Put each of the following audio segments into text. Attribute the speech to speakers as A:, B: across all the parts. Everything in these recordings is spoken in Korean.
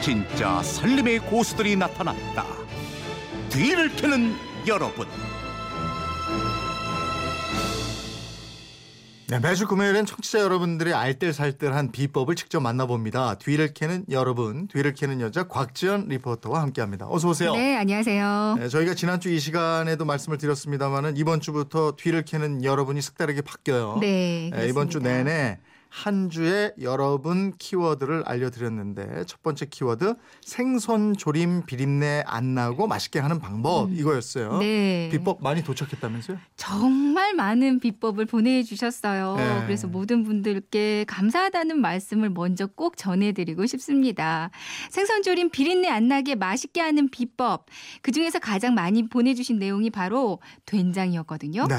A: 진짜 살림의 고수들이 나타났다. 뒤를 캐는 여러분.
B: 네, 매주 금요일엔 청취자 여러분들의 알뜰살뜰한 비법을 직접 만나봅니다. 뒤를 캐는 여러분, 뒤를 캐는 여자 곽지연 리포터와 함께합니다. 어서 오세요.
C: 네, 안녕하세요.
B: 네, 저희가 지난주 이 시간에도 말씀을 드렸습니다만은 이번 주부터 뒤를 캐는 여러분이 색다르게 바뀌어요.
C: 네,
B: 네, 이번 주
C: 그렇습니다.
B: 내내 한 주에 여러분 키워드를 알려드렸는데 첫 번째 키워드 생선 조림 비린내 안 나고 맛있게 하는 방법 이거였어요.
C: 음. 네.
B: 비법 많이 도착했다면서요?
C: 정말 많은 비법을 보내주셨어요.
B: 네.
C: 그래서 모든 분들께 감사하다는 말씀을 먼저 꼭 전해드리고 싶습니다. 생선조림 비린내 안 나게 맛있게 하는 비법. 그 중에서 가장 많이 보내주신 내용이 바로 된장이었거든요.
B: 네.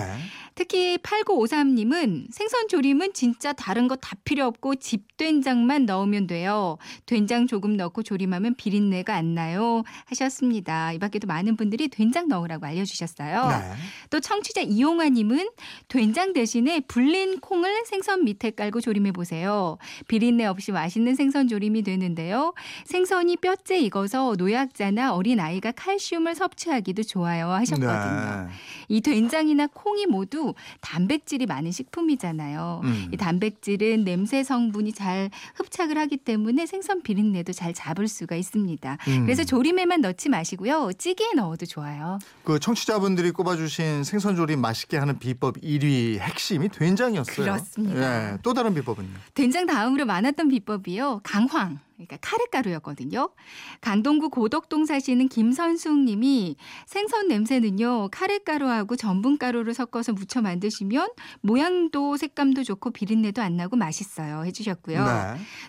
C: 특히 8953님은 생선조림은 진짜 다른 거 다 필요 없고 집된장만 넣으면 돼요. 된장 조금 넣고 조림하면 비린내가 안 나요. 하셨습니다. 이 밖에도 많은 분들이 된장 넣으라고 알려주셨어요.
B: 네.
C: 또 청취자 이용아님은 된장 대신에 불린 콩을 생선 밑에 깔고 조림해 보세요. 비린내 없이 맛있는 생선 조림이 되는데요. 생선이 뼈째 익어서 노약자나 어린 아이가 칼슘을 섭취하기도 좋아요 하셨거든요.
B: 네.
C: 이 된장이나 콩이 모두 단백질이 많은 식품이잖아요.
B: 음.
C: 이 단백질은 냄새 성분이 잘 흡착을 하기 때문에 생선 비린내도 잘 잡을 수가 있습니다.
B: 음.
C: 그래서 조림에만 넣지 마시고요. 찌개에 넣어도 좋아요.
B: 그 청취자분들이 꼽아주신 생선조림 맛있게 하는 비법 1위 핵심이 된장이었어요.
C: 그렇습니다.
B: 예, 또 다른 비법은요.
C: 된장 다음으로 많았던 비법이요. 강황. 그러니까 카레가루였거든요. 강동구 고덕동 사시는 김선숙 님이 생선 냄새는요. 카레가루하고 전분가루를 섞어서 무쳐 만드시면 모양도 색감도 좋고 비린내도 안 나고 맛있어요.
B: 네.
C: 해주셨고요.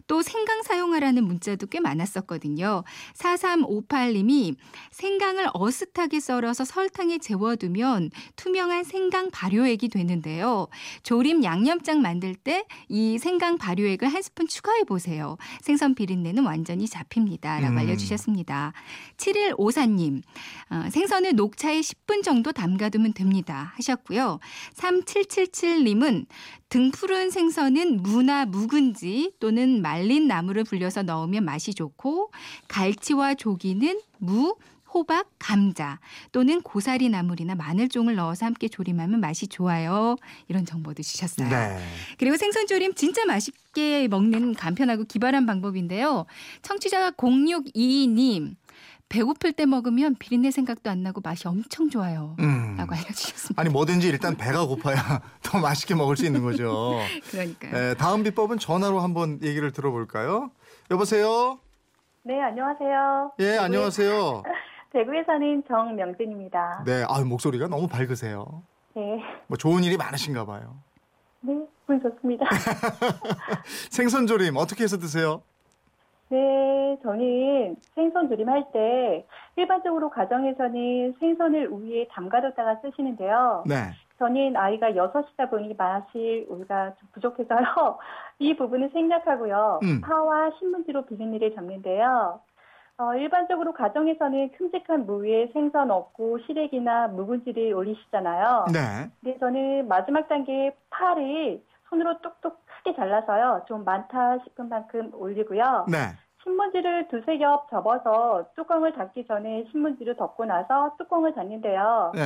C: 또 생강 사용하라는 문자도 꽤 많았었거든요. 4358님이 생강을 어슷하게 썰어서 설탕에 재워두면 투명한 생강 발효액이 되는데요. 조림 양념장 만들 때 이 생강 발효액을 한 스푼 추가해 보세요. 생선 비린내는 완전히 잡힙니다. 라고
B: 음.
C: 알려주셨습니다. 7154님, 어, 생선을 녹차에 10분 정도 담가두면 됩니다. 하셨고요. 3777님은 등푸른 생선은 무나 묵은지 또는 말린 나물을 불려서 넣으면 맛이 좋고 갈치와 조기는 무, 호박, 감자 또는 고사리 나물이나 마늘종을 넣어서 함께 조림하면 맛이 좋아요. 이런 정보도 주셨어요.
B: 네.
C: 그리고 생선 조림 진짜 맛있게 먹는 간편하고 기발한 방법인데요. 청취자 0622님 배고플 때 먹으면 비린내 생각도 안 나고 맛이 엄청 좋아요.
B: 음.
C: 라고 알려주셨습니다.
B: 아니 뭐든지 일단 배가 고파야 더 맛있게 먹을 수 있는 거죠.
C: 그러니까요.
B: 예, 다음 비법은 전화로 한번 얘기를 들어볼까요? 여보세요.
D: 네, 안녕하세요.
B: 예,
D: 대구에-
B: 안녕하세요.
D: 대구에 사는 정명진입니다. 네.
B: 네, 아 목소리가 너무 밝으세요.
D: 네,
B: 뭐 좋은 일이 많으신가 봐요.
D: 기분 좋습니다.
B: 생선조림 어떻게 해서 드세요?
D: 네, 저는 생선 조림할 때 일반적으로 가정에서는 생선을 우유에 담가뒀다가 쓰시는데요.
B: 네.
D: 저는 아이가 여섯 이다 보니 마실 우유가 좀 부족해서요. 이 부분은 생략하고요.
B: 음.
D: 파와 신문지로 비린내를 잡는데요. 어, 일반적으로 가정에서는 큼직한 무에 생선 없고 시래기나 묵은지를 올리시잖아요.
B: 네.
D: 근데 저는 마지막 단계에 파를 손으로 뚝뚝 크게 잘라서요. 좀 많다 싶은 만큼 올리고요.
B: 네.
D: 신문지를 두세 겹 접어서 뚜껑을 닫기 전에 신문지를 덮고 나서 뚜껑을 닫는데요.
B: 네.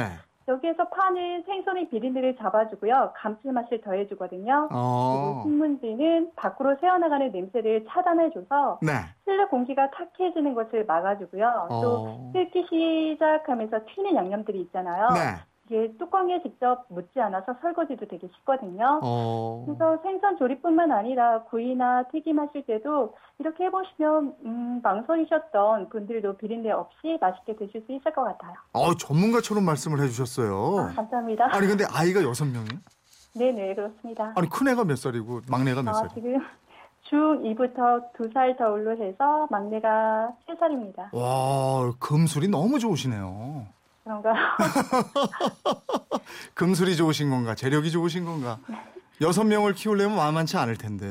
D: 여기에서 파는 생선의 비린내를 잡아주고요. 감칠맛을 더해주거든요. 그리고
B: 어.
D: 신문지는 밖으로 새어나가는 냄새를 차단해줘서
B: 네.
D: 실내 공기가 탁해지는 것을 막아주고요. 또
B: 어.
D: 끓기 시작하면서 튀는 양념들이 있잖아요.
B: 네.
D: 이게 뚜껑에 직접 묻지 않아서 설거지도 되게 쉽거든요.
B: 어.
D: 그래서 생선 조리뿐만 아니라 구이나 튀김하실 때도 이렇게 해보시면 음, 망설이셨던 분들도 비린내 없이 맛있게 드실 수 있을 것 같아요.
B: 어, 전문가처럼 말씀을 해주셨어요.
D: 아, 감사합니다.
B: 아니 근데 아이가 여섯 명이?
D: 네네 그렇습니다.
B: 아니 큰 애가 몇 살이고 막내가 몇
D: 아,
B: 살이?
D: 지금 중2부터 2살 더울로 해서 막내가 3살입니다.
B: 와 금술이 너무 좋으시네요.
D: 그런가?
B: 금술이 좋으신 건가? 재력이 좋으신 건가? 여섯 명을 키우려면 만만치 않을 텐데.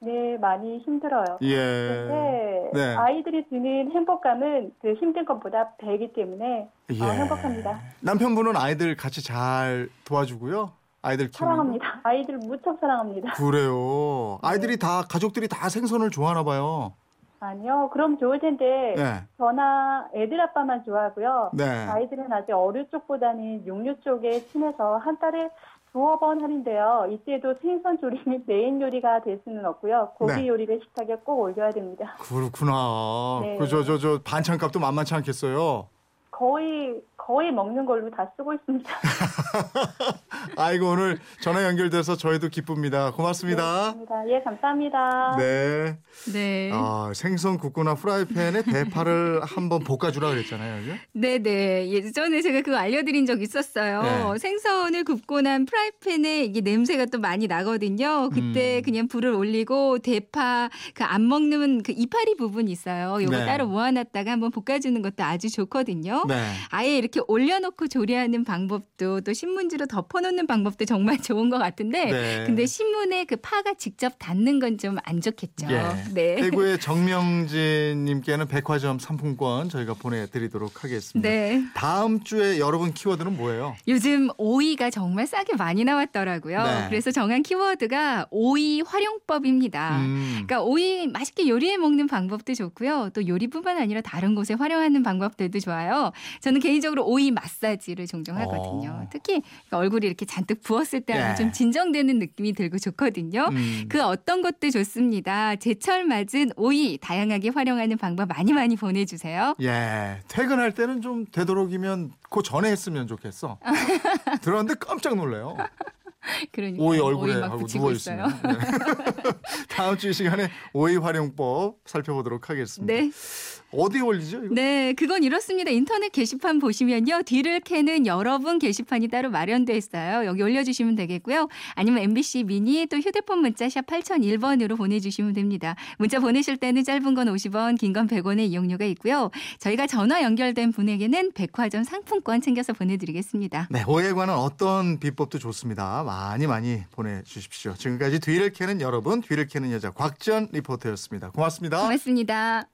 D: 네 많이 힘들어요.
B: 예.
D: 그런데
B: 네.
D: 아이들이 주는 행복감은 그 힘든 것보다 배이기 때문에
B: 예.
D: 아, 행복합니다.
B: 남편분은 아이들 같이 잘 도와주고요. 아이들 키우는.
D: 사랑합니다. 네. 아이들 무척 사랑합니다.
B: 그래요. 아이들이 다 가족들이 다 생선을 좋아하나 봐요.
D: 아니요, 그럼 좋을 텐데
B: 네.
D: 저나 애들 아빠만 좋아하고요.
B: 네.
D: 아이들은 아직 어류 쪽보다는 육류 쪽에 친해서 한 달에 두어 번 할인데요. 이때도 생선 조림이 메인 요리가 될 수는 없고요. 고기
B: 네.
D: 요리를 식탁에 꼭 올려야 됩니다.
B: 그렇구나.
D: 네.
B: 그 저 저 저 반찬값도 만만치 않겠어요.
D: 거의 거의 먹는 걸로 다 쓰고 있습니다.
B: 아이고 오늘 전화 연결돼서 저희도 기쁩니다. 고맙습니다.
D: 감사합니다. 예, 감사합니다.
B: 네.
C: 네.
B: 아, 생선 굽거나 프라이팬에 대파를 한번 볶아주라 그랬잖아요. 그죠?
C: 네네. 예전에 제가 그거 알려드린 적 있었어요.
B: 네.
C: 생선을 굽고 난 프라이팬에 이게 냄새가 또 많이 나거든요. 그때
B: 음.
C: 그냥 불을 올리고 대파 그 안 먹는 그 이파리 부분 있어요. 요거
B: 네.
C: 따로 모아놨다가 한번 볶아주는 것도 아주 좋거든요.
B: 네.
C: 아예 이렇게 올려놓고 조리하는 방법도 또 신문지로 덮어놓는 방법도 정말 좋은 것 같은데
B: 네.
C: 근데 신문에 그 파가 직접 닿는 건 좀 안 좋겠죠.
B: 예.
C: 네.
B: 대구의 정명진님께는 백화점 상품권 저희가 보내드리도록 하겠습니다.
C: 네.
B: 다음 주에 여러분 키워드는 뭐예요?
C: 요즘 오이가 정말 싸게 많이 나왔더라고요.
B: 네.
C: 그래서 정한 키워드가 오이 활용법입니다.
B: 음.
C: 그러니까 오이 맛있게 요리해 먹는 방법도 좋고요. 또 요리뿐만 아니라 다른 곳에 활용하는 방법들도 좋아요. 저는 개인적으로 오이 마사지를 종종 하거든요.
B: 어.
C: 특히 그러니까 얼굴이 이렇게 잔뜩 부었을 때 하면
B: 예.
C: 좀 진정되는 느낌이 들고 좋거든요.
B: 음.
C: 그 어떤 것도 좋습니다. 제철 맞은 오이 다양하게 활용하는 방법 많이 많이 보내주세요.
B: 예, 퇴근할 때는 좀 되도록이면 그 전에 했으면 좋겠어. 들어왔는데 깜짝 놀래요.
C: 그러니까
B: 오이 얼굴에
C: 막
B: 하고
C: 붙이고
B: 누워 있으면. 네. 다음 주 이 시간에 오이 활용법 살펴보도록 하겠습니다.
C: 네,
B: 어디 올리죠? 이거?
C: 네, 그건 이렇습니다. 인터넷 게시판 보시면요, 뒤를 캐는 여러분 게시판이 따로 마련돼 있어요. 여기 올려주시면 되겠고요. 아니면 MBC 미니 또 휴대폰 문자 샵 #8001번으로 보내주시면 됩니다. 문자 보내실 때는 짧은 건 50원, 긴 건 100원의 이용료가 있고요. 저희가 전화 연결된 분에게는 백화점 상품권 챙겨서 보내드리겠습니다.
B: 네, 오해에 관한 어떤 비법도 좋습니다. 많이 많이 보내주십시오. 지금까지 뒤를 캐는 여러분, 뒤를 캐는 여자 곽지연 리포터였습니다. 고맙습니다.
C: 고맙습니다.